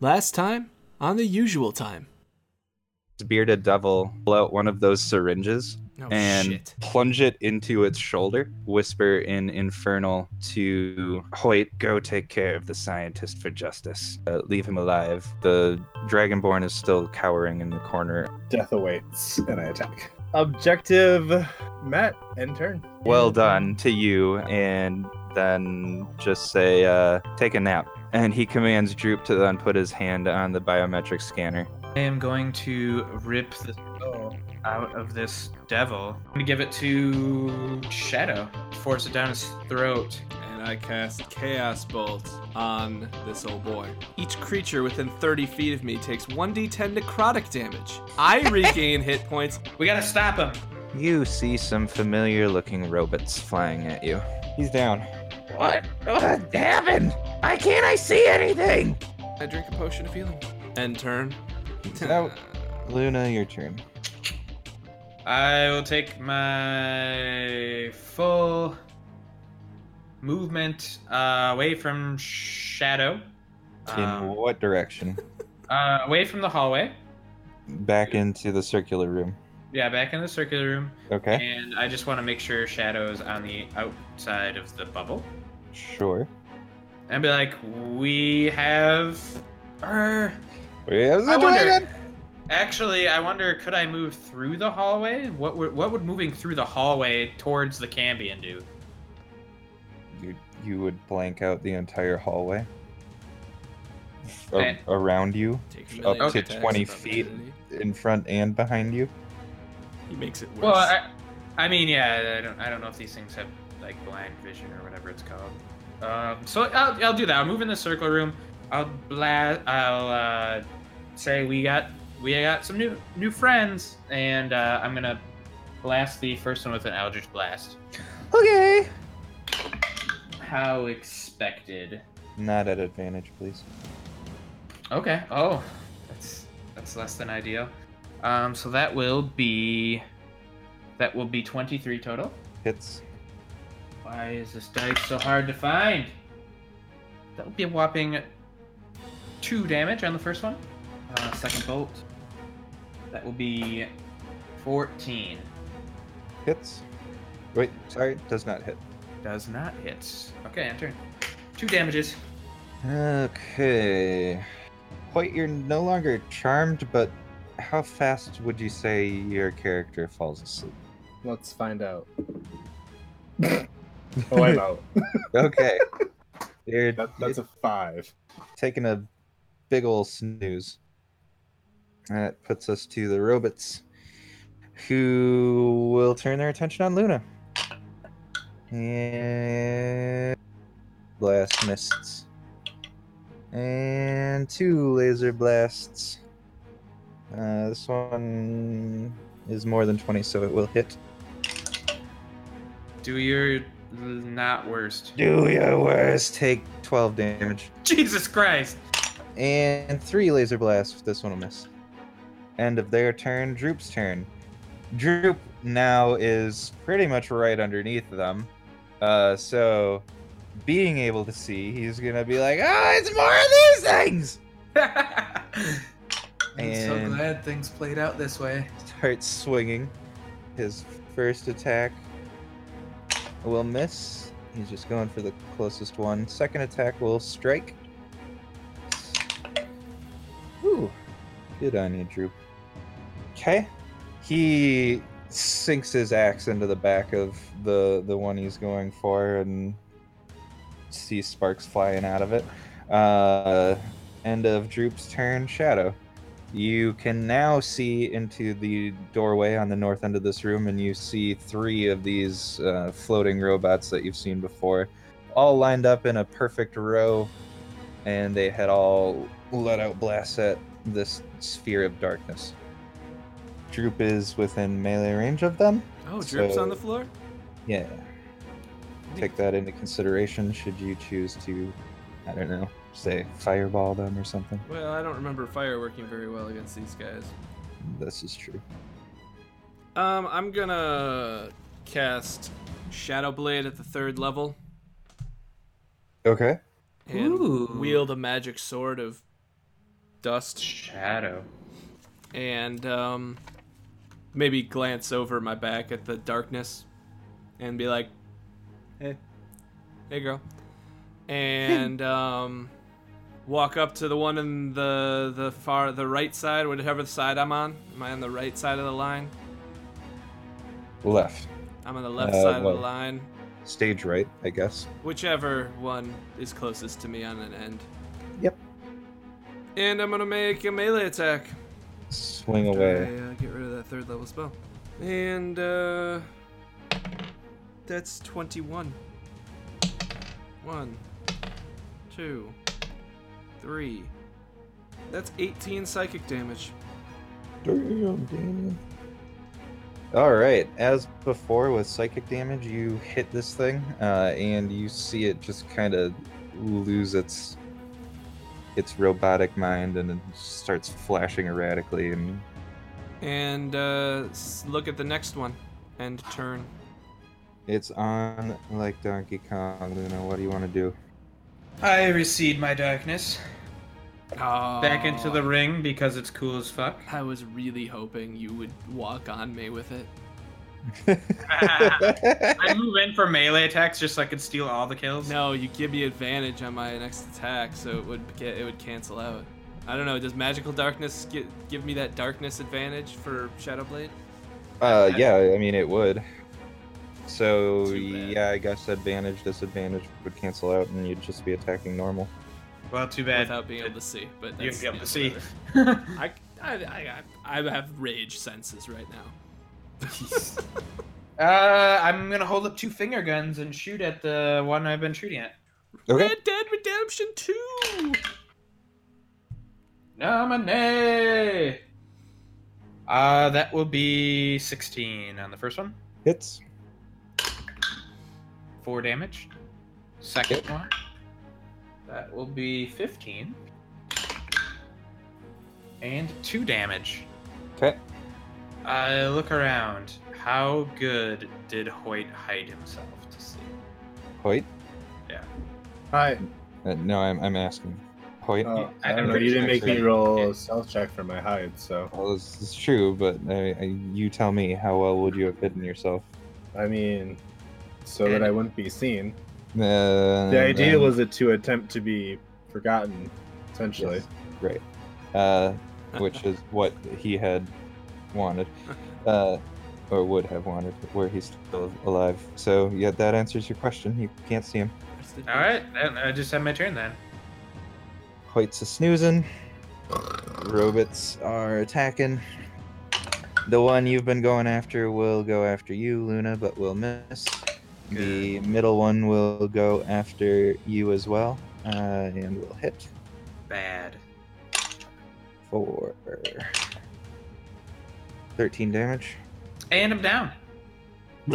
Last time on the usual time. bearded devil pull out one of those syringes Oh and shit. plunge it into its shoulder, whisper in Infernal to Hoyt, go take care of the scientist for justice. Uh, leave him alive. The Dragonborn is still cowering in the corner. Death awaits, and I attack. Objective, Matt, end turn. Well done to you, and then just say, uh, take a nap. And he commands Droop to then put his hand on the biometric scanner. I am going to rip the soul out of this devil. I'm gonna give it to Shadow. Force it down his throat. And I cast Chaos Bolt on this old boy. Each creature within 30 feet of me takes 1d10 necrotic damage. I regain hit points. We gotta stop him. You see some familiar looking robots flying at you. He's down. What? What happened? Why can't I see anything? I drink a potion of healing. Uh, End turn. out. Luna, your turn. I will take my full movement uh, away from Shadow. In Um, what direction? uh, away from the hallway. Back into the circular room. Yeah, back in the circular room. Okay. And I just want to make sure Shadow's on the outside of the bubble. Sure. And be like, we have. Er, Where's the I wonder- dragon? Actually, I wonder, could I move through the hallway? What would, what would moving through the hallway towards the Cambion do? You, you would blank out the entire hallway. A- Okay. around you, Take Up million to attacks 20 of feet. opportunity. in front and behind you. He makes it worse. Well, I, I mean, yeah, I don't, I don't know if these things have like blind vision or whatever it's called. Um, so I'll, I'll do that. I'll move in the circle room. I'll blast. I'll uh, say we got we got some new new friends, and uh, I'm gonna blast the first one with an Eldritch blast. Okay. How expected. Not at advantage, please. Okay. Oh, that's that's less than ideal. Um, so that will be that will be 23 total. Hits. Why is this dice so hard to find? That would be a whopping two damage on the first one. Uh, second bolt. That will be 14. Hits. Wait, sorry, does not hit. Does not hit. Okay, enter. Two damages. Okay. Hoyt, you're no longer charmed, but how fast would you say your character falls asleep? Let's find out. oh, I'm out. Okay. you're That, that's a five. taking a big ol' snooze. That puts us to the robots, who will turn their attention on Luna. And blast mists. And two laser blasts. Uh, this one is more than 20, so it will hit. Do your not worst. Do your worst. Take 12 damage. Jesus Christ! And three laser blasts. This one will miss. End of their turn. Droop's turn. Droop now is pretty much right underneath them. Uh, so, being able to see, he's gonna be like, "Oh, it's more of these things!" I'm And- glad things played out this way. Starts swinging. His first attack will miss. He's just going for the closest one. Second attack will strike. Ooh, good on you, Droop. Okay. He sinks his axe into the back of the the one he's going for and sees sparks flying out of it. Uh, end of Droop's turn. Shadow. You can now see into the doorway on the north end of this room, and you see three of these uh, floating robots that you've seen before, all lined up in a perfect row, and they had all let out blasts at this sphere of darkness. Droop is within melee range of them. oh, drips so- on the floor? Yeah. Take that into consideration should you choose to, I don't know, say fireball them or something. Well, I don't remember fire working very well against these guys. This is true. Um, I'm gonna cast Shadow Blade at the third level Okay. and Ooh. wield a magic sword of dust Shadow. and um, maybe glance over my back at the darkness and be like, "Hey, hey, girl," and um, walk up to the one in the the far the right side, whatever side I'm on. Am I on the right side of the line? Left. I'm on the left Uh, side of well- the line. Stage right, I guess. Whichever one is closest to me on an end. Yep. And I'm gonna make a melee attack. Swing after away. I, uh, get rid of that third level spell. And uh, that's 21. One, two, three. That's 18 psychic damage. Damn, Damien. All right. As before with psychic damage, you hit this thing, uh, and you see it just kind of lose its its robotic mind, and it starts flashing erratically. And And uh, s- look at the next one and turn. it's on like Donkey Kong. Luna, what do you want to do? I recede my darkness back into Aw. the ring because it's cool as fuck. Ah, I was really hoping you would walk on me with it. I move in for melee attacks just so I can steal all the kills. No, you give me advantage on my next attack, so it would get it would cancel out. I don't know. Does magical darkness gi- give me that darkness advantage for Shadow Blade? Uh, yeah, I mean it would. So Too bad. yeah, I guess advantage, disadvantage would cancel out, and you'd just be attacking normal. Well, too bad. Without being able to see, but You'd that's, be able to yeah, see. whatever. I, I, I, I have rage senses right now. uh, I'm gonna hold up two finger guns and shoot at the one I've been shooting at. Okay. Red Dead Redemption Two. Nominee. Uh, that will be 16 on the first one. Hits. Four damage. Second Yep. one. That will be 15. And two damage. Okay. I look around. How good did Hoyt hide himself to see? Hoyt. Hi. Uh, no, I'm, I'm asking. Hoyt. Oh, I I don't don't know. know. You didn't make me roll Yeah. a stealth check for my hide, so Well, this is true, but I, I, you tell me how well would you have hidden yourself? I mean, so that I wouldn't be seen. Uh, The idea um, was that to attempt to be forgotten, essentially. yes, right. Uh, which is what he had wanted, uh, or would have wanted, where he's still alive. So yeah, that answers your question. You can't see him. All right, then I just had my turn then. Hoyt's a snoozing. Robots are attacking. The one you've been going after will go after you, Luna, but will miss. The middle one will go after you as well, uh, and will hit Bad. for 13 damage. And I'm down.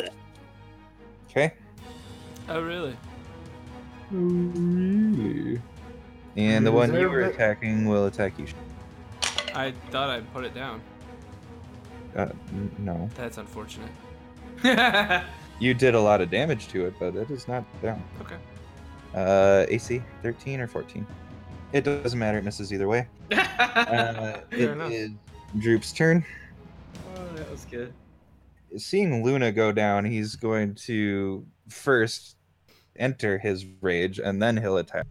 Okay. Oh really? Really? And the one you were attacking will attack you. I thought I'd put it down. Uh, n- no. That's unfortunate. Uh, You did a lot of damage to it, but it is not down. Okay. Uh, AC 13 or 14. It doesn't matter. It misses either way. Uh, Fair it enough. is Droop's turn. Oh, that was good. Seeing Luna go down, he's going to first enter his rage and then he'll attack.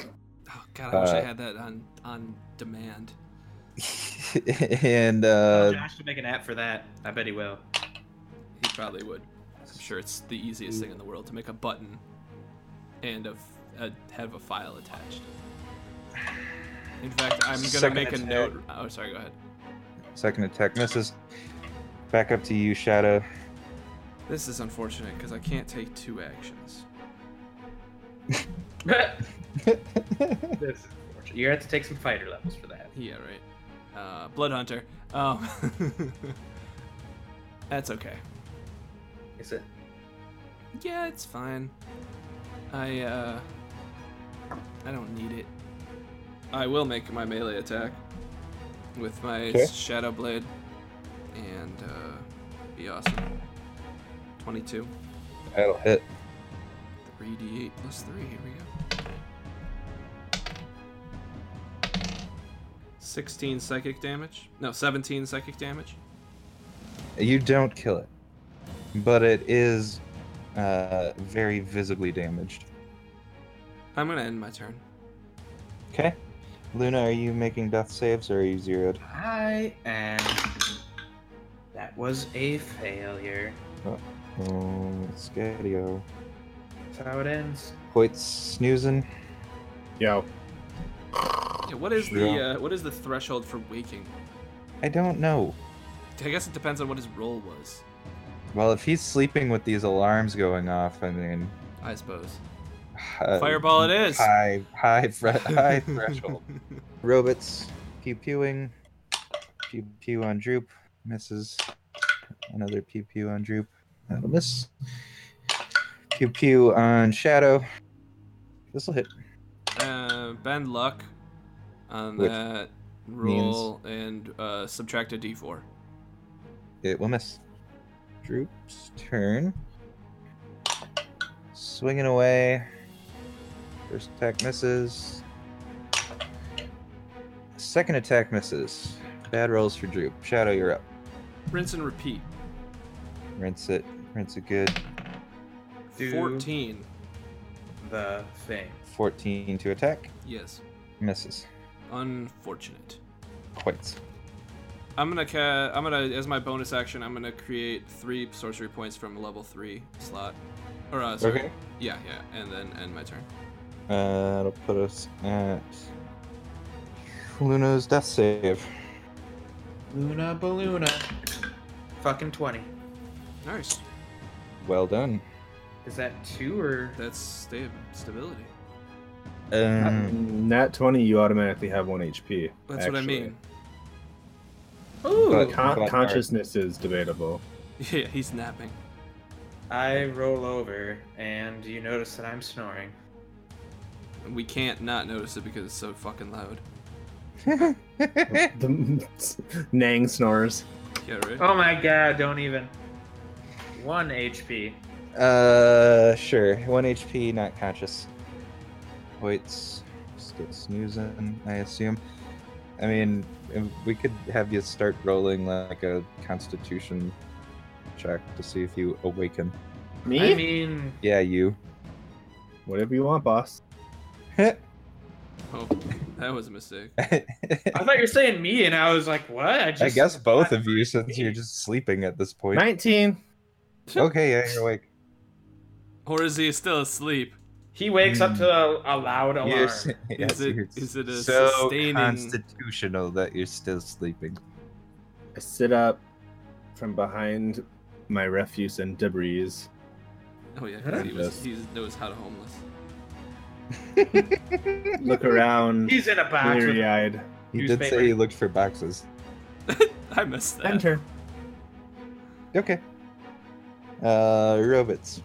Oh god, I wish I Uh, had that on on demand. and Tell uh, Josh to make an app for that. I bet he will. He probably would. I'm sure it's the easiest thing in the world to make a button and a, f- a- have a file attached. In fact, I'm gonna Second make a attack. note. Oh, sorry. Go ahead. second attack misses. Back up to you, Shadow. This is unfortunate because I can't take two actions. this is unfortunate. You're gonna have to take some fighter levels for that. Yeah, right. Uh, Blood Hunter. Um, that's okay. Is it? Yeah, it's fine. I uh, I don't need it. I will make my melee attack with my Okay. shadow blade, and uh, be awesome. Twenty-two, That'll hit. three d8 plus three. Here we go. 16 psychic damage. No, 17 psychic damage. You don't kill it, but it is uh, very visibly damaged. I'm gonna end my turn. Okay. Luna, are you making death saves or are you zeroed? I am. That was a failure. Oh, Scadio. That's how it ends. Quit snoozing. Yo. Yeah, what is Yeah. the uh, what is the threshold for waking? I don't know. I guess it depends on what his role was. Well, if he's sleeping with these alarms going off, I mean, I suppose. uh, Fireball it is. High, high, fre- high threshold. Robots, pew pewing, pew pew on droop, misses. Another pew pew on droop, that'll miss. Pew pew on shadow. This will hit. uh, bend luck on Which that roll and uh, subtract a d4. It will miss. Droop's turn. Swinging away. First attack misses. Second attack misses. Bad rolls for Droop. Shadow, you're up. Rinse and repeat. Rinse it. Rinse it good. Do- 14. The thing. 14 to attack. Yes. Misses. Unfortunate. Quits. I'm gonna ca- I'm gonna as my bonus action I'm gonna create three sorcery points from level three slot, or uh, sorry. Okay. yeah yeah, and then end my turn. Uh, that'll put us at Luna's death save. Luna Baluna. Fucking 20. Nice. Well done. Is that two or. That's sta- stability. Um, Nat 20, you automatically have 1 HP. That's what I actually. mean. Ooh! But- Con- Black consciousness is debatable. Yeah, he's napping. I roll over and you notice that I'm snoring. We can't not notice it because it's so fucking loud. the Nang snores. Yeah, right. Oh my god, don't even. One HP. Uh, sure. One HP, not conscious. Hoyt's still snoozing, I assume. I mean, if- we could have you start rolling like a Constitution check to see if you awaken. I mean, Yeah, you. Whatever you want, boss. Oh, that was a mistake. I I thought you were saying me, and I was like, what? I, just, guess both of you, since you're just sleeping at this point. 19. Okay, yeah, you're awake. Or is he still asleep? He wakes up to a, a loud alarm. Hmm. You're s- yes, it- you're is it a so sustaining- constitutional that you're still sleeping? I sit up from behind my refuse and debris. Oh yeah, 'cause he was Yes. he knows how to homeless. Look around, He's in a box. bleary With, eyed. He did Newspaper. say he looked for boxes. I missed that. Enter. Okay. Uh, robots.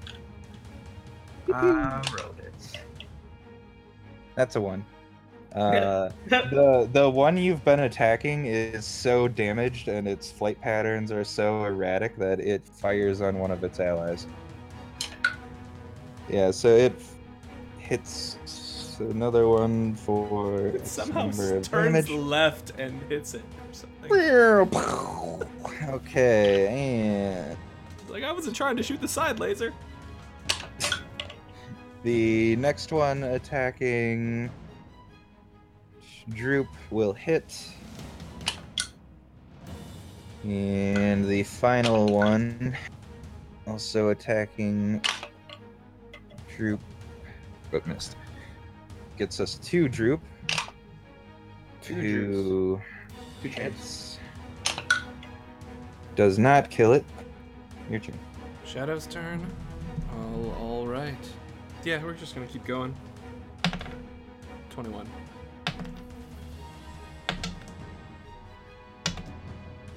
uh, rodents. That's a one. Uh, the the one you've been attacking is so damaged and its flight patterns are so erratic that it fires on one of its allies. Yeah, so it hits s- another one for It X somehow number of turns left and hits it or something. damage. Okay, and Like I wasn't trying to shoot the side laser. The next one attacking Droop will hit. And the final one also attacking Droop but missed. Gets us two Droop. Two two Two chance. hits. Does not kill it. Your turn. Shadow's turn. Oh, all right. Yeah, we're just gonna keep going. Twenty-one.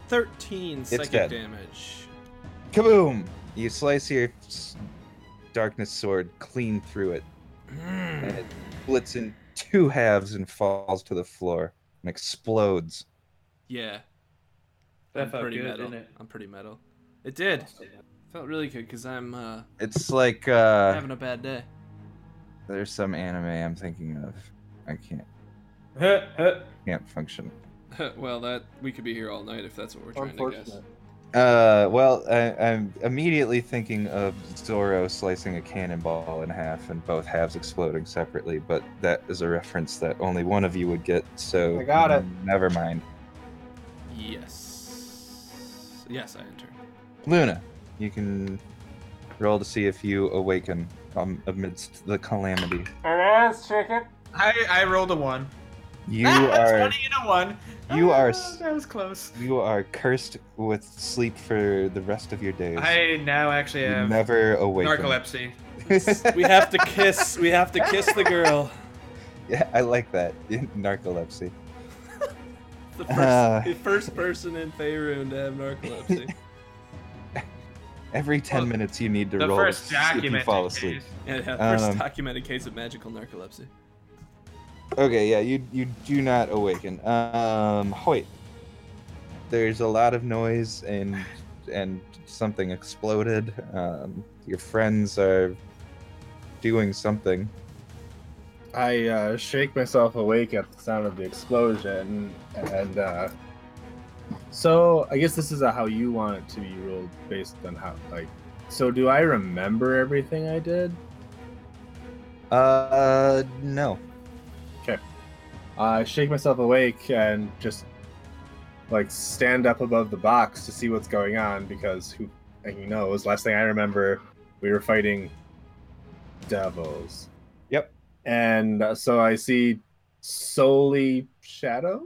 Thirteen psychic dead. damage. Kaboom! You slice your s- darkness sword clean through it, Hmm. and it splits in two halves and falls to the floor and explodes. Yeah. That I'm felt pretty good, metal. didn't it? I'm pretty metal. It did. Felt really good because I'm uh, It's like Ah. uh, having a bad day. there's some anime I'm thinking of. I can't Huh, huh. can't function. well, that we could be here all night if that's what we're trying to guess. Unfortunate. Uh, well, I, I'm immediately thinking of Zoro slicing a cannonball in half and both halves exploding separately, but that is a reference that only one of you would get, so. I got it. Never mind. Yes. Yes, I entered. Luna, you can roll to see if you awaken um, amidst the calamity. It is chicken. I, I rolled a one. You Ah, That's are. funny and a one. you Ah, are s- That was close. You are cursed with sleep for the rest of your days. I now actually You have never awaken. narcolepsy. We have to kiss. We have to kiss the girl. yeah, I like that. Narcolepsy. The first, Ah. Uh. the first person in Faerun to have narcolepsy. Every 10 Well, minutes you need to The roll first to see if you document. fall asleep. Yeah, yeah, first Um. documented case of magical narcolepsy. Okay, yeah, you you do not awaken. Um, Hoyt. There's a lot of noise and and something exploded. Um, your friends are doing something. I uh, shake myself awake at the sound of the explosion, and uh, so I guess this is a how you want it to be ruled based on how like. So do I remember everything I did? Uh, no. I uh, shake myself awake and just like stand up above the box to see what's going on because who and you know knows? Last thing I remember, we were fighting devils. Yep. And uh, so I see solely shadow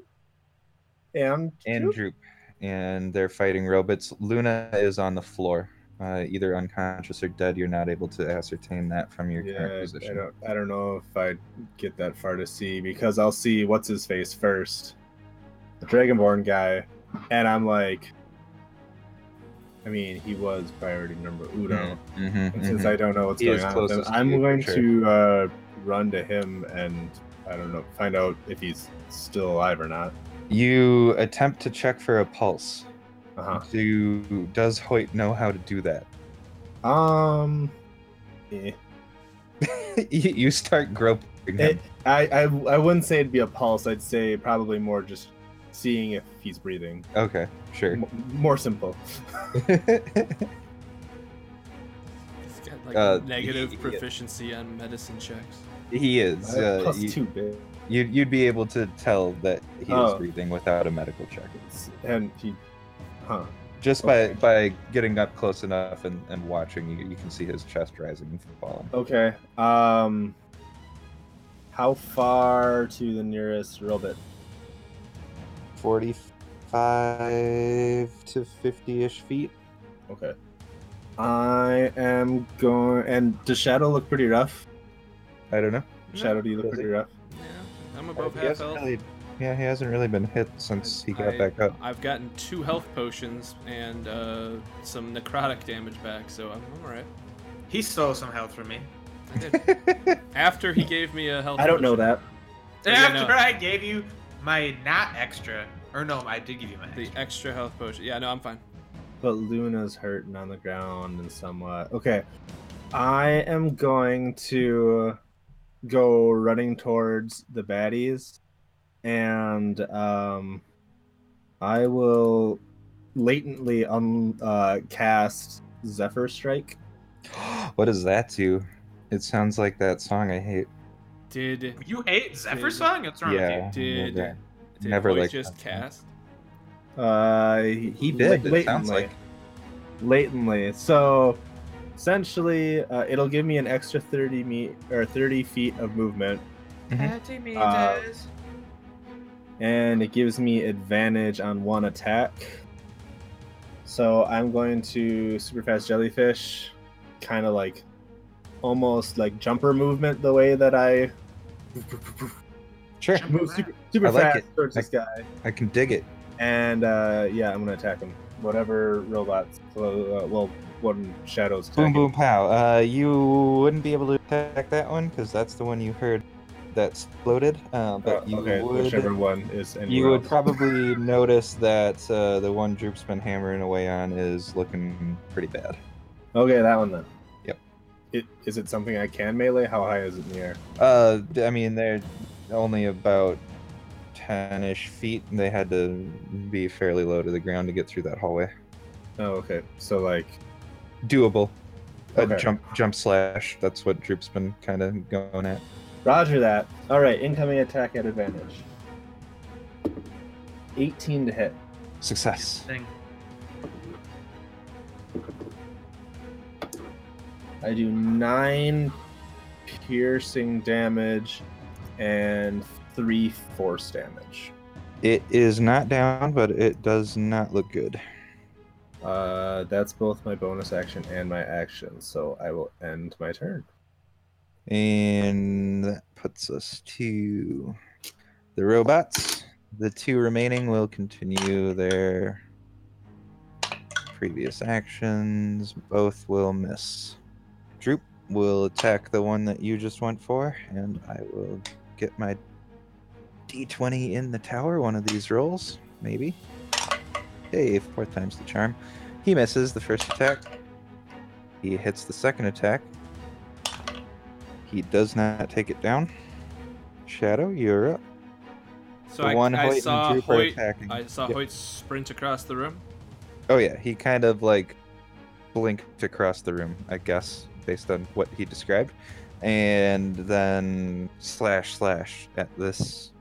and And Droop, and they're fighting robots. Luna is on the floor, uh, either unconscious or dead. You're not able to ascertain that from your current yeah, I position. don't, I don't know if I get that far to see because I'll see what's his face first, the Dragonborn guy, and I'm like, I mean, he was priority number uno. Mhm, And since mhm. I don't know what's He going is on, with him, closest to I'm you, for going sure. to uh, run to him and I don't know, find out if he's still alive or not. You attempt to check for a pulse. Uh Do does Hoyt know how to do that? huh. Um, eh. you you start groping him. It, eh, I, I, I wouldn't say it'd be a pulse. I'd say probably more just seeing if he's breathing. okay, sure. M- more simple. He's got like Uh, negative he- proficiency on medicine checks. he is. Uh, Uh, plus you, two big. you'd, you'd be able to tell that he is Oh. breathing without a medical check, And he, huh? just by Okay. by getting up close enough and, and watching. You, you can see his chest rising and falling. Okay. Um, how far to the nearest robot? Forty-five to fifty-ish feet. Okay. I am going. And does Shadow look pretty rough? I don't know. Shadow, do you look Does he? pretty rough? Yeah, I'm above he half hasn't health. really, yeah, he hasn't really been hit since he got I- back up. I've gotten two health potions and uh, some necrotic damage back, so I'm, I'm all right. He stole some health from me. I did. After he gave me a health. I don't know potion, that. Yeah, After no. I gave you my not extra, or no, I did give you my The extra. extra health potion. Yeah, no, I'm fine. But Luna's hurting on the ground and somewhat. Okay. I am going to go running towards the baddies. And um, I will latently un- uh, cast Zephyr Strike. What does that do? It sounds like that song I hate. Did did, You hate Zephyr Did- song? What's wrong with Yeah. you? Did- yeah. Never never liked just that song. cast? Uh, he did, it sounds like. Latently, so essentially, uh, it'll give me an extra thirty meet or thirty feet of movement, Mhm. Thirty Uh, meters. and it gives me advantage on one attack. So I'm going to super fast jellyfish, kind of like almost like jumper movement, the way that I Sure, move super, super I like fast it. towards I- this guy, I can dig it. and uh, yeah, I'm gonna attack him. Whatever robots, uh, well, one shadows. Boom, attacking. boom, pow. Uh, you wouldn't be able to attack that one because that's the one you heard that exploded. Uh, but Uh, you okay, whichever would, one is anywhere you would else. probably notice that uh, the one Droop's been hammering away on is looking pretty bad. Okay, that one then. Yep. It, is it something I can melee? How high is it in the air? Uh, I mean, they're only about 10 ish feet. and They had to be fairly low to the ground to get through that hallway. Oh, okay. So like, Doable. Okay. A jump, jump slash. That's what Droop's been kind of going at. Roger that. All right, incoming attack at advantage. 18 to hit. Success. Thing. I do nine piercing damage and three force damage. It is not down, but it does not look good. Uh, that's both my bonus action and my action, so I will end my turn. And that puts us to the robots. The two remaining will continue their previous actions. Both will miss. Droop will attack the one that you just went for, and I will get my d20 in the tower one of these rolls, maybe. Hey, four times the charm. He misses the first attack. He hits the second attack. He does not take it down. Shadow, you're up. So the I, one Hoyt I saw and Droop are Hoyt. attacking. I saw Yep. Hoyt sprint across the room. Oh yeah, he kind of like blinked across the room, I guess, based on what he described, and then slash slash at this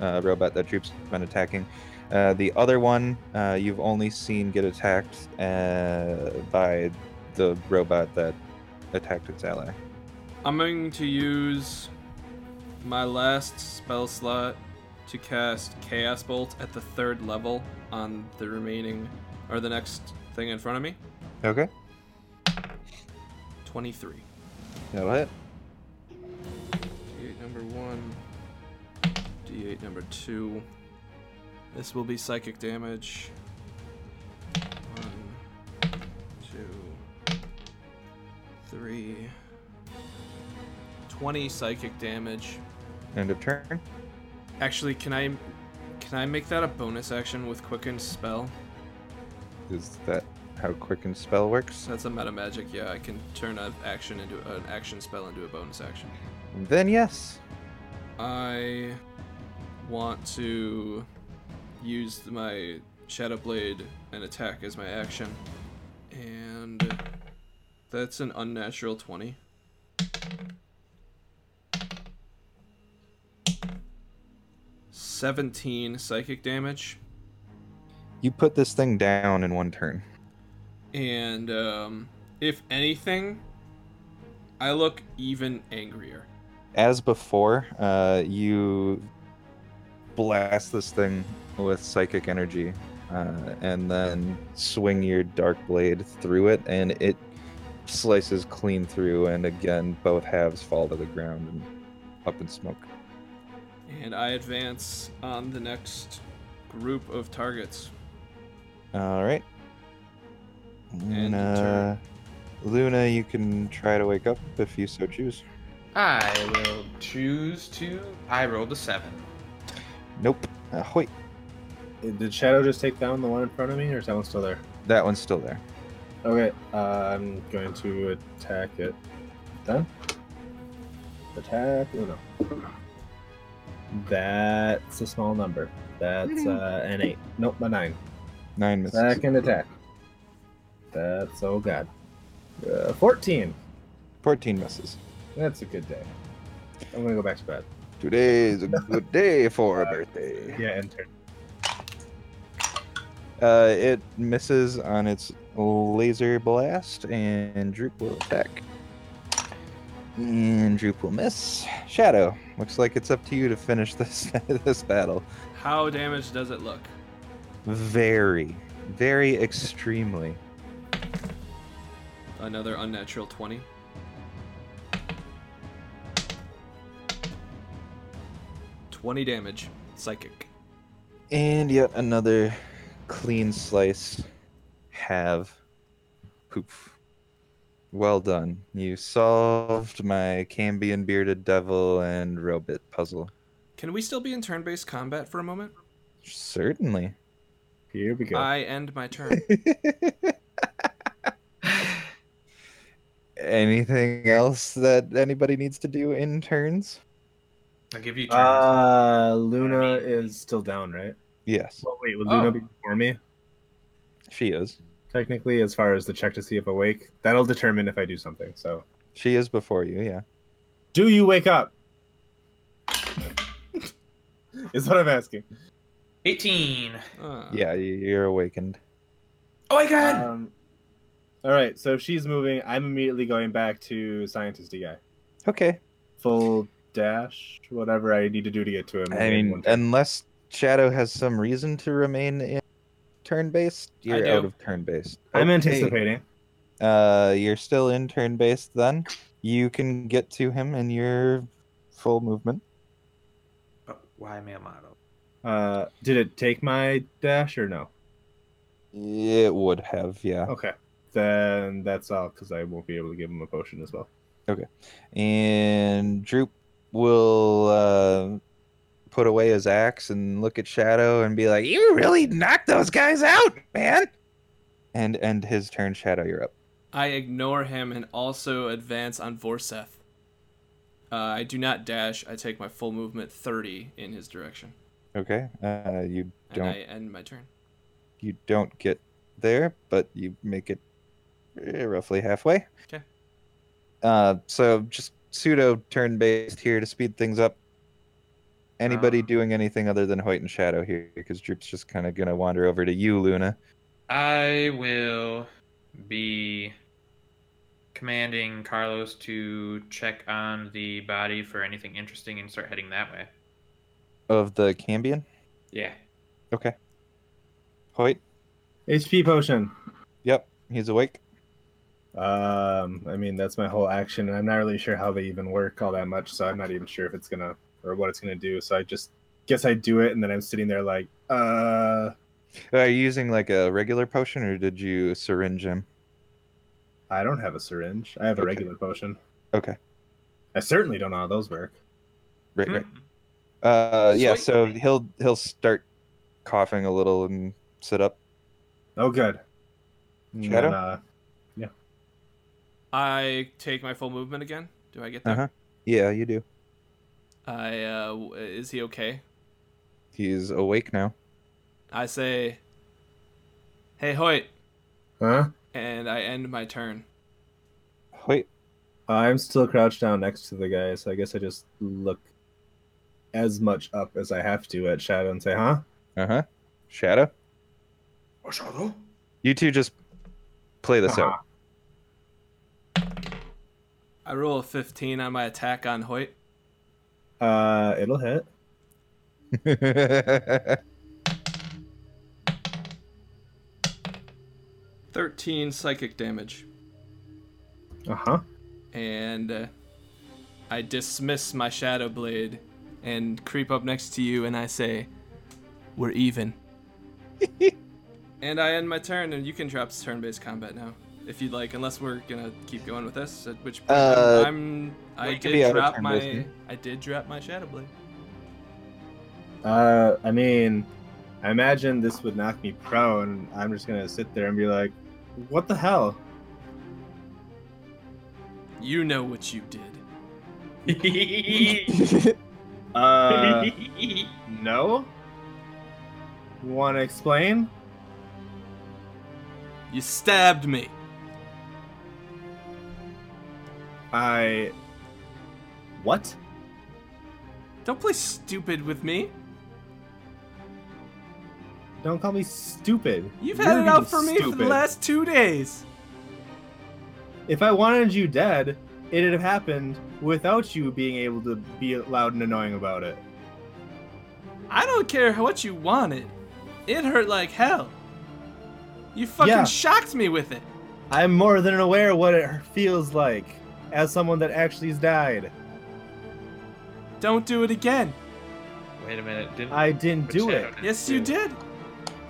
uh, robot that Droop's been attacking. Uh, the other one uh, you've only seen get attacked uh, by the robot that attacked its ally. I'm going to use my last spell slot to cast Chaos Bolt at the third level on the remaining, or the next thing in front of me. Okay, 23. that'll hit. D8 number one, D8 number two. This will be psychic damage. One, two, three. 20 psychic damage. End of turn. Actually, can I can I make that a bonus action with quickened spell? Is that how Quicken spell works? That's a meta magic. Yeah, I can turn an action into an action spell into a bonus action. Then yes. I want to use my Shadow Blade and attack as my action. And that's an unnatural 20. Seventeen psychic damage, You put this thing down in one turn. and um, if anything, I look even angrier. as before, uh, you blast this thing with psychic energy, uh, and then swing your dark blade through it, and it slices clean through. And again, both halves fall to the ground and up in smoke. And I advance on the next group of targets. All right, End of turn. Luna, Luna, you can try to wake up if you so choose. I will choose to. I rolled a seven. Nope. Uh, hoit. Did Shadow just take down the one in front of me, or is that one still there? That one's still there. Okay, uh, I'm going to attack it. Done. Attack Uno. That's a small number. That's uh, an eight. Nope, a nine. Nine misses. Second attack. That's oh god. Uh, Fourteen. Fourteen misses. That's a good day. I'm gonna go back to bed. Today's a good day for a birthday. Yeah, and turn. Uh, it misses on its laser blast, and Droop will attack. And Droop will miss. Shadow, looks like it's up to you to finish this this battle. How damaged does it look? Very, very extremely. Another unnatural 20. Twenty damage, psychic. And yet another clean slice. Have. Poof. Well done. You solved my Cambian bearded devil and robot puzzle. Can we still be in turn-based combat for a moment? Certainly. Here we go. I end my turn. Anything else that anybody needs to do in turns? I'll give you turns. Uh, Luna is still down, right? Yes, Well, wait, would Oh. Luna be before me? she is. Technically, as far as the check to see if awake, that'll determine if I do something. So, She is before you. Yeah. do you wake up? is what I'm asking. 18. Uh, Yeah, you- you're awakened. Oh my god! uh, Um, all right, so if she's moving, I'm immediately going back to scientist guy. Okay. Full dash, whatever I need to do to get to him. I mean, unless Shadow has some reason to remain in turn based, you're do. out of turn based. I'm anticipating. Uh, you're still in turn based then. You can get to him in your full movement. Oh, why male model? Uh, did it take my dash or no? It would have, yeah. Okay, then that's all because I won't be able to give him a potion as well. And Droop will uh, put away his axe and look at Shadow and be like, You really knocked those guys out, man! And end his turn, Shadow, you're up. I ignore him and also advance on Vorseth. Uh, I do not dash. I take my full movement 30 in his direction, Okay. Uh, you and don't I end my turn. you don't get there, but you make it eh, roughly halfway. 'Kay. Uh, so just pseudo turn based here to speed things up. Anybody Um, doing anything other than Hoyt and Shadow here? Because Droop's just kind of gonna wander over to you, Luna. I will be commanding Carlos to check on the body for anything interesting and start heading that way. Of the Cambion, Yeah. Hoyt. HP potion. Yep, he's awake. Um, I mean that's my whole action, and I'm not really sure how they even work all that much, so I'm not even sure if it's gonna or what it's gonna do. So I just guess I do it, and then I'm sitting there like, uh, Are you using like a regular potion, or did you syringe him? I don't have a syringe. I have a Okay. regular potion. Okay. I certainly don't know how those work. Right, right. Uh, yeah. Hmm. Sweet. So he'll he'll start coughing a little and sit up. Oh, good. And then, Shadow? uh, I take my full movement again. Do I get that? Uh-huh. Yeah, you do. I uh, w- is he okay? He's awake now. I say, "Hey Hoyt," huh? and I end my turn. Hoyt, I'm still crouched down next to the guy, so I guess I just look as much up as I have to at Shadow and say, "Huh? Uh huh. Shadow. Oh, Shadow? You two just play this out. I roll a 15 on my attack on Hoyt. Uh, it'll hit." okay. 13 psychic damage, Uh huh. and uh, I dismiss my shadow blade and creep up next to you, and I say, "We're even." and I end my turn, and you can drop turn-based combat now. If you'd like, unless we're gonna keep going with this, at which point Uh, I'm, i we can be out did of drop turn-based, my hmm? I did drop my shadow blade. Uh, I mean, I imagine this would knock me prone. I'm just gonna sit there and be like, "What the hell?" You know what you did. Hmm. Uh, no. Want to explain? You stabbed me. I. What? Don't play stupid with me. Don't call me stupid. You've You're had it being out for me for the stupid. last two days. If I wanted you dead, it'd have happened without you being able to be loud and annoying about it. I don't care how- what you wanted. It hurt like hell. You fucking Yeah. shocked me with it. I'm more than aware what it feels like as someone that actually's died. Don't do it again. Wait a minute. Didn't I didn't but do Shadow it. didn't Yes, do you it. did.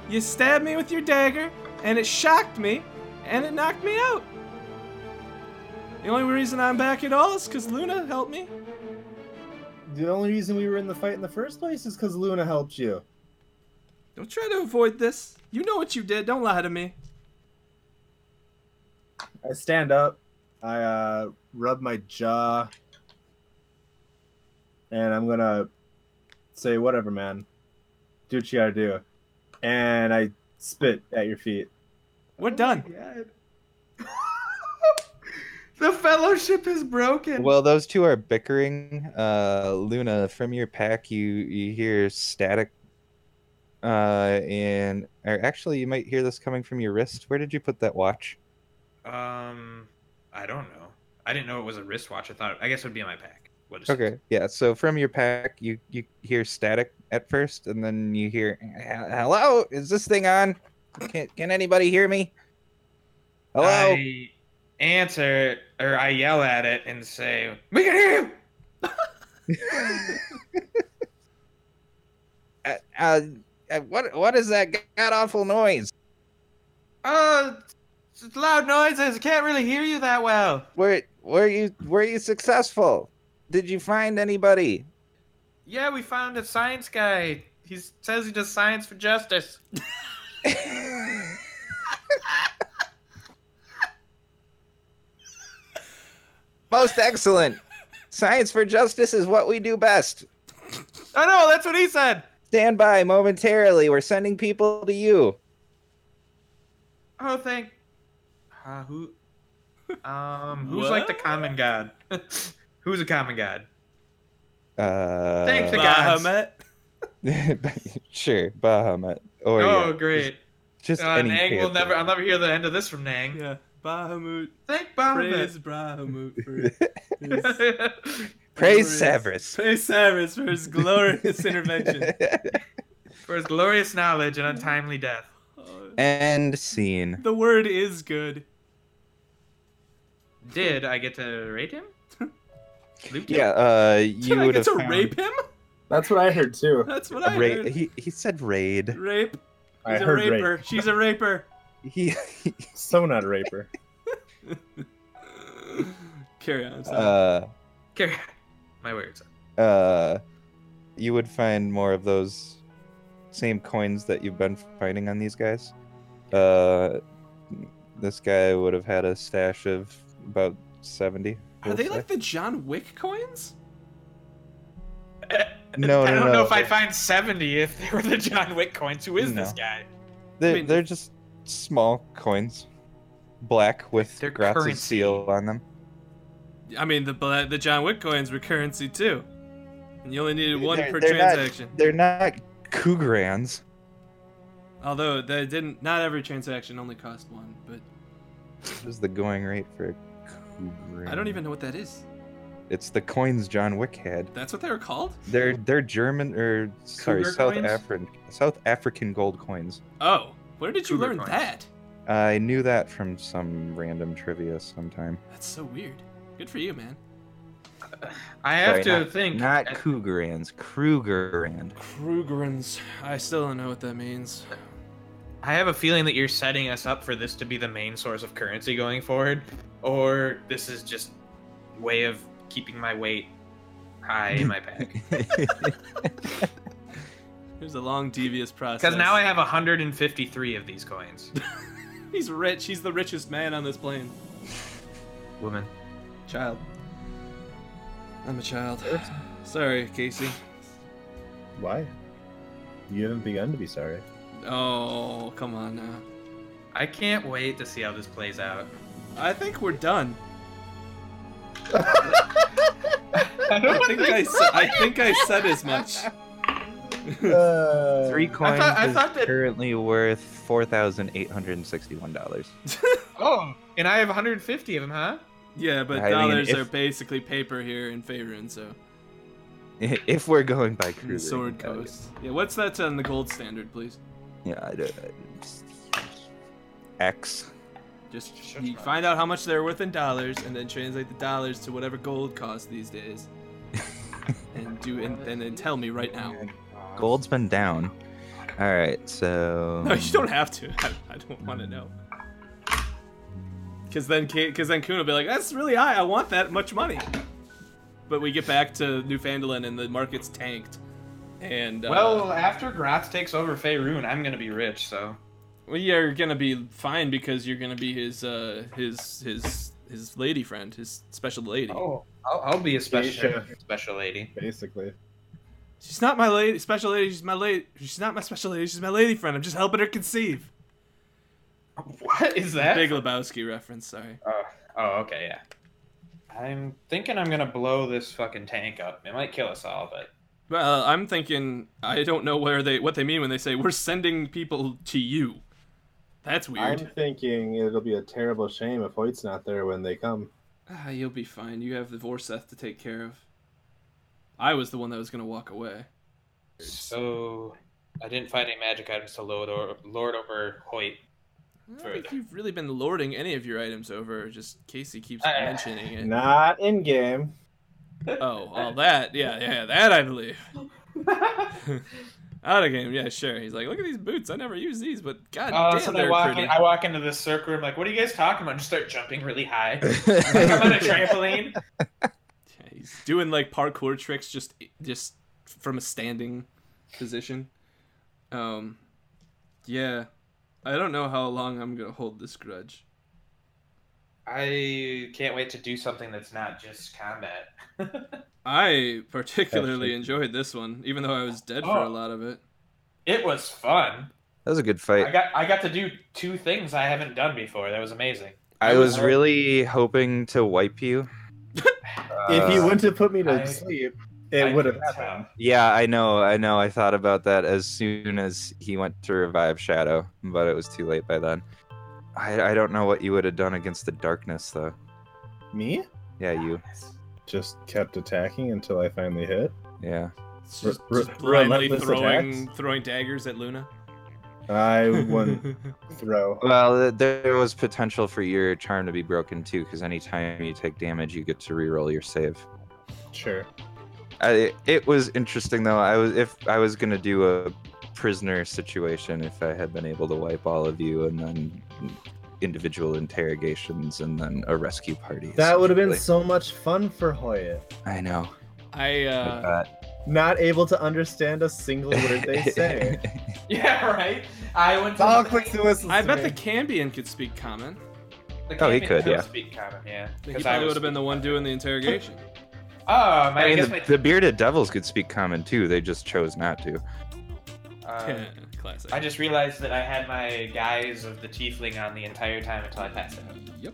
You stabbed me with your dagger, and it shocked me, and it knocked me out. The only reason I'm back at all is because Luna helped me. The only reason we were in the fight in the first place is because Luna helped you. Don't try to avoid this. You know what you did. Don't lie to me. I stand up. I uh, rub my jaw. and I'm gonna say whatever, man. Do what you gotta do, and I spit at your feet. We're done. the fellowship is broken. Well, those two are bickering. Uh, Luna, from your pack, you you hear static. Uh, and or actually, you might hear this coming from your wrist. Where did you put that watch? Um, I don't know. I didn't know it was a wristwatch. I thought I guess it would be in my pack. What is Okay, yeah. So from your pack, you you hear static at first, and then you hear, "Hello, is this thing on? Can can anybody hear me? Hello." I answer or I yell at it and say, "We can hear you." uh, uh, uh, what what is that god awful noise? Uh, it's it's loud noises. I can't really hear you that well. Were were you were you successful? Did you find anybody? Yeah, we found a science guy. He s- says he does science for justice. Most excellent. Science for justice is what we do best. Oh no, that's what he said. Stand by momentarily. We're sending people to you. Oh, thank. Uh, who? Um, who's like the common god? who's a common god? Uh, Thanks, The gods. Bahamut. sure, Bahamut. Or oh, yeah, great. Just Uh, any Nang will panther. never. I'll never hear the end of this from Nang. Yeah, Bahamut. Thank Bahamut. Praise Bahamut for his Praise glorious- Severus. Praise Severus for his glorious intervention. for his glorious knowledge and untimely death. Oh, and scene. the word is good. Did I get to rate him? Luke? Yeah, uh, Did you I would get have to found- rape him? That's what I heard too. That's what Ra- I heard. He he said raid. Rape. I He's a heard raper. rape. She's a raper. He So not a raper. Carry on. Sorry. uh Carry on. My words. uh, you would find more of those same coins that you've been finding on these guys. Uh, this guy would have had a stash of about seventy. Are we'll they say. like the John Wick coins? No, I no, don't no. know if I'd find 70 if they were the John Wick coins. Who is this No. guy? They're, I mean- they're just small coins, black with They're Gratz's currency. seal on them. I mean, the bla- the John Wick coins were currency too, and you only needed one They're- per they're not- transaction. They're not Cougarans. Although they didn't, not every transaction only cost one. But What is the going rate for a Cougaran? I don't even know what that is. It's the coins John Wick had. That's what they were called. They're they're German or sorry Cougar South coins? African South African gold coins. Oh, where did you Cougar learn coins. that? I knew that from some random trivia sometime. That's so weird. Good for you, man. I have Sorry, to not- think. Not Cougarans, Krugerrand. Krugerans. I still don't know what that means. I have a feeling that you're setting us up for this to be the main source of currency going forward, or this is just way of keeping my weight high in my pack. There's a long, devious process. Because now I have 153 of these coins. He's rich. He's the richest man on this plane. Woman. Child. I'm a child. Sorry, Casey. Why? You haven't begun to be sorry. Oh, come on now. I can't wait to see how this plays out. I think we're done. I I think I, s- I think I said as much. Uh, Three coins I is thought that- currently worth four thousand eight hundred and sixty-one dollars. Oh, and I have 150 of them, huh? Yeah, but I mean, dollars if- are basically paper here in Faerun, so If we're going by and the Kruger, Sword Coast. Yeah, what's that on the gold standard, please? Yeah, I don't, I just- X. Just Shut you up. find out how much they're worth in dollars, and then translate the dollars to whatever gold costs these days, and do and, and then tell me right now. Gold's been down. All right, so No, you don't have to. I, I don't want to know. Because then, because then Kuno will be like, "That's really high. I want that much money." But we get back to Newfoundland and the market's tanked. And uh, Well, after Gratz takes over Faerun, I'm gonna be rich, so. well, you're gonna be fine because you're gonna be his uh, his his his lady friend, his special lady. Oh, I'll, I'll be a special Geisha. special lady. basically. She's not my lady, special lady. She's my lady. She's not my special lady. She's my lady friend. I'm just helping her conceive. What is that? Big Lebowski reference. Sorry. Oh, oh, okay, yeah. I'm thinking I'm gonna blow this fucking tank up. It might kill us all, but Well, uh, I'm thinking I don't know where they what they mean when they say we're sending people to you. That's weird. I'm thinking it'll be a terrible shame if Hoyt's not there when they come. Ah, you'll be fine. You have the Vorseth to take care of. I was the one that was gonna walk away. so I didn't find any magic items to load or lord over Hoyt. I don't think Further. you've really been lording any of your items over. Just Casey keeps Uh, mentioning it. Not in game. Oh, all that. Yeah, yeah, that I believe. oh, Out of game. Yeah, sure. He's like, look at these boots. I never use these, but god damn, so they they're walk pretty. in, I walk into this circle room like, what are you guys talking about? And just start jumping really high. Like, I'm on a trampoline. Yeah, he's doing like parkour tricks just just from a standing position. Um, yeah, I don't know how long I'm gonna hold this grudge. I can't wait to do something that's not just combat. I particularly Actually- enjoyed this one, even though I was dead for a Oh. lot of it. It was fun. That was a good I fight. got I got to do two things I haven't done before. That was amazing. I was I- really hoping to wipe you. if you Uh, wouldn't have put me to I- sleep, it I would have could happened. tell. Yeah, I know, I know. I thought about that as soon as he went to revive Shadow, but it was too late by then. I, I don't know what you would have done against the darkness, though. Me? Yeah, you. Just kept attacking until I finally hit. Yeah. It's just, Re- just blindly relentless throwing attacks? throwing daggers at Luna. I wouldn't throw. Well, th- there was potential for your charm to be broken too, because anytime you take damage, you get to reroll your save. Sure. I, it was interesting though. I was if I was gonna do a prisoner situation, if I had been able to wipe all of you, and then individual interrogations, and then a rescue party. That would have been essentially. so much fun for Hoyt. I know. I uh, Not able to understand a single word they say. Yeah, right. I went to I bet the Cambion could speak common. the Oh, he Cambion could, couldn't yeah. Speak common, yeah. He 'Cause probably was would have been the one doing the interrogation. Oh, my, I, I mean, guess the, my. the bearded devils could speak common too. They just chose not to. um, Classic. I just realized that I had my guys of the tiefling on the entire time until I passed out. Yep.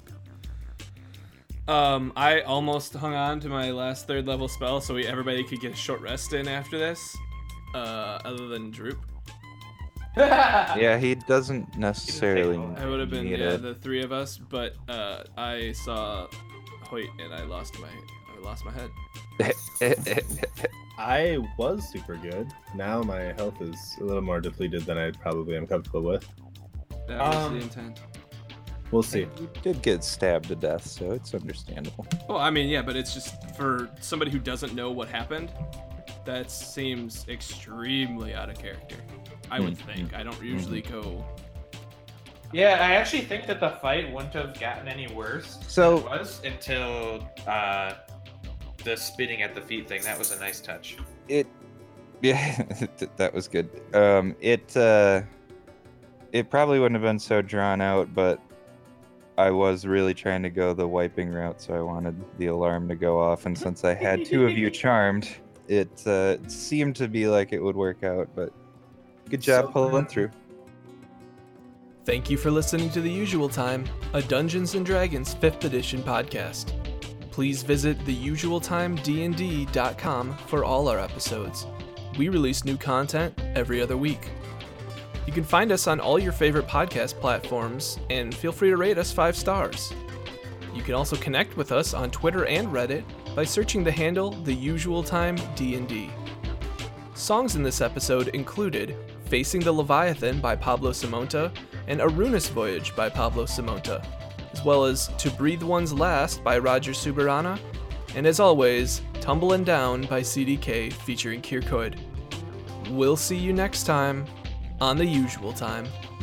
Um, I almost hung on to my last third level spell, so we everybody could get a short rest in after this. Uh, other than Droop, Uh, Yeah, he doesn't necessarily. all that. I would have been need yeah, it. the three of us, but uh, I saw Hoyt and I lost my I lost my head. I was super good. Now my health is a little more depleted than I probably am comfortable with. That was Um, the intent. We'll see. You did get stabbed to death, so it's understandable. Well, I mean, yeah, but it's just for somebody who doesn't know what happened. That seems extremely out of character. I would Mhm. think. I don't usually go. yeah, I actually think that the fight wouldn't have gotten any worse. than So- it was until uh, the spitting at the feet thing. That was a nice touch. it yeah th- that was good um it uh it probably wouldn't have been so drawn out but i was really trying to go the wiping route so i wanted the alarm to go off and since i had two of you charmed it uh seemed to be like it would work out but good job So- pulling through Thank you for listening to The Usual Time, a Dungeons and Dragons 5th edition podcast. Please visit theusualtimednd.com for all our episodes. We release new content every other week. You can find us on all your favorite podcast platforms and feel free to rate us 5 stars. You can also connect with us on Twitter and Reddit by searching the handle theusualtimednd. Songs in this episode included Facing the Leviathan by Pablo Simonta and Arunus Voyage by Pablo Simonta, as well as To Breathe One's Last by Roger Subarana, and as always, Tumbling Down by CDK featuring Kirkhood. We'll see you next time on the usual time.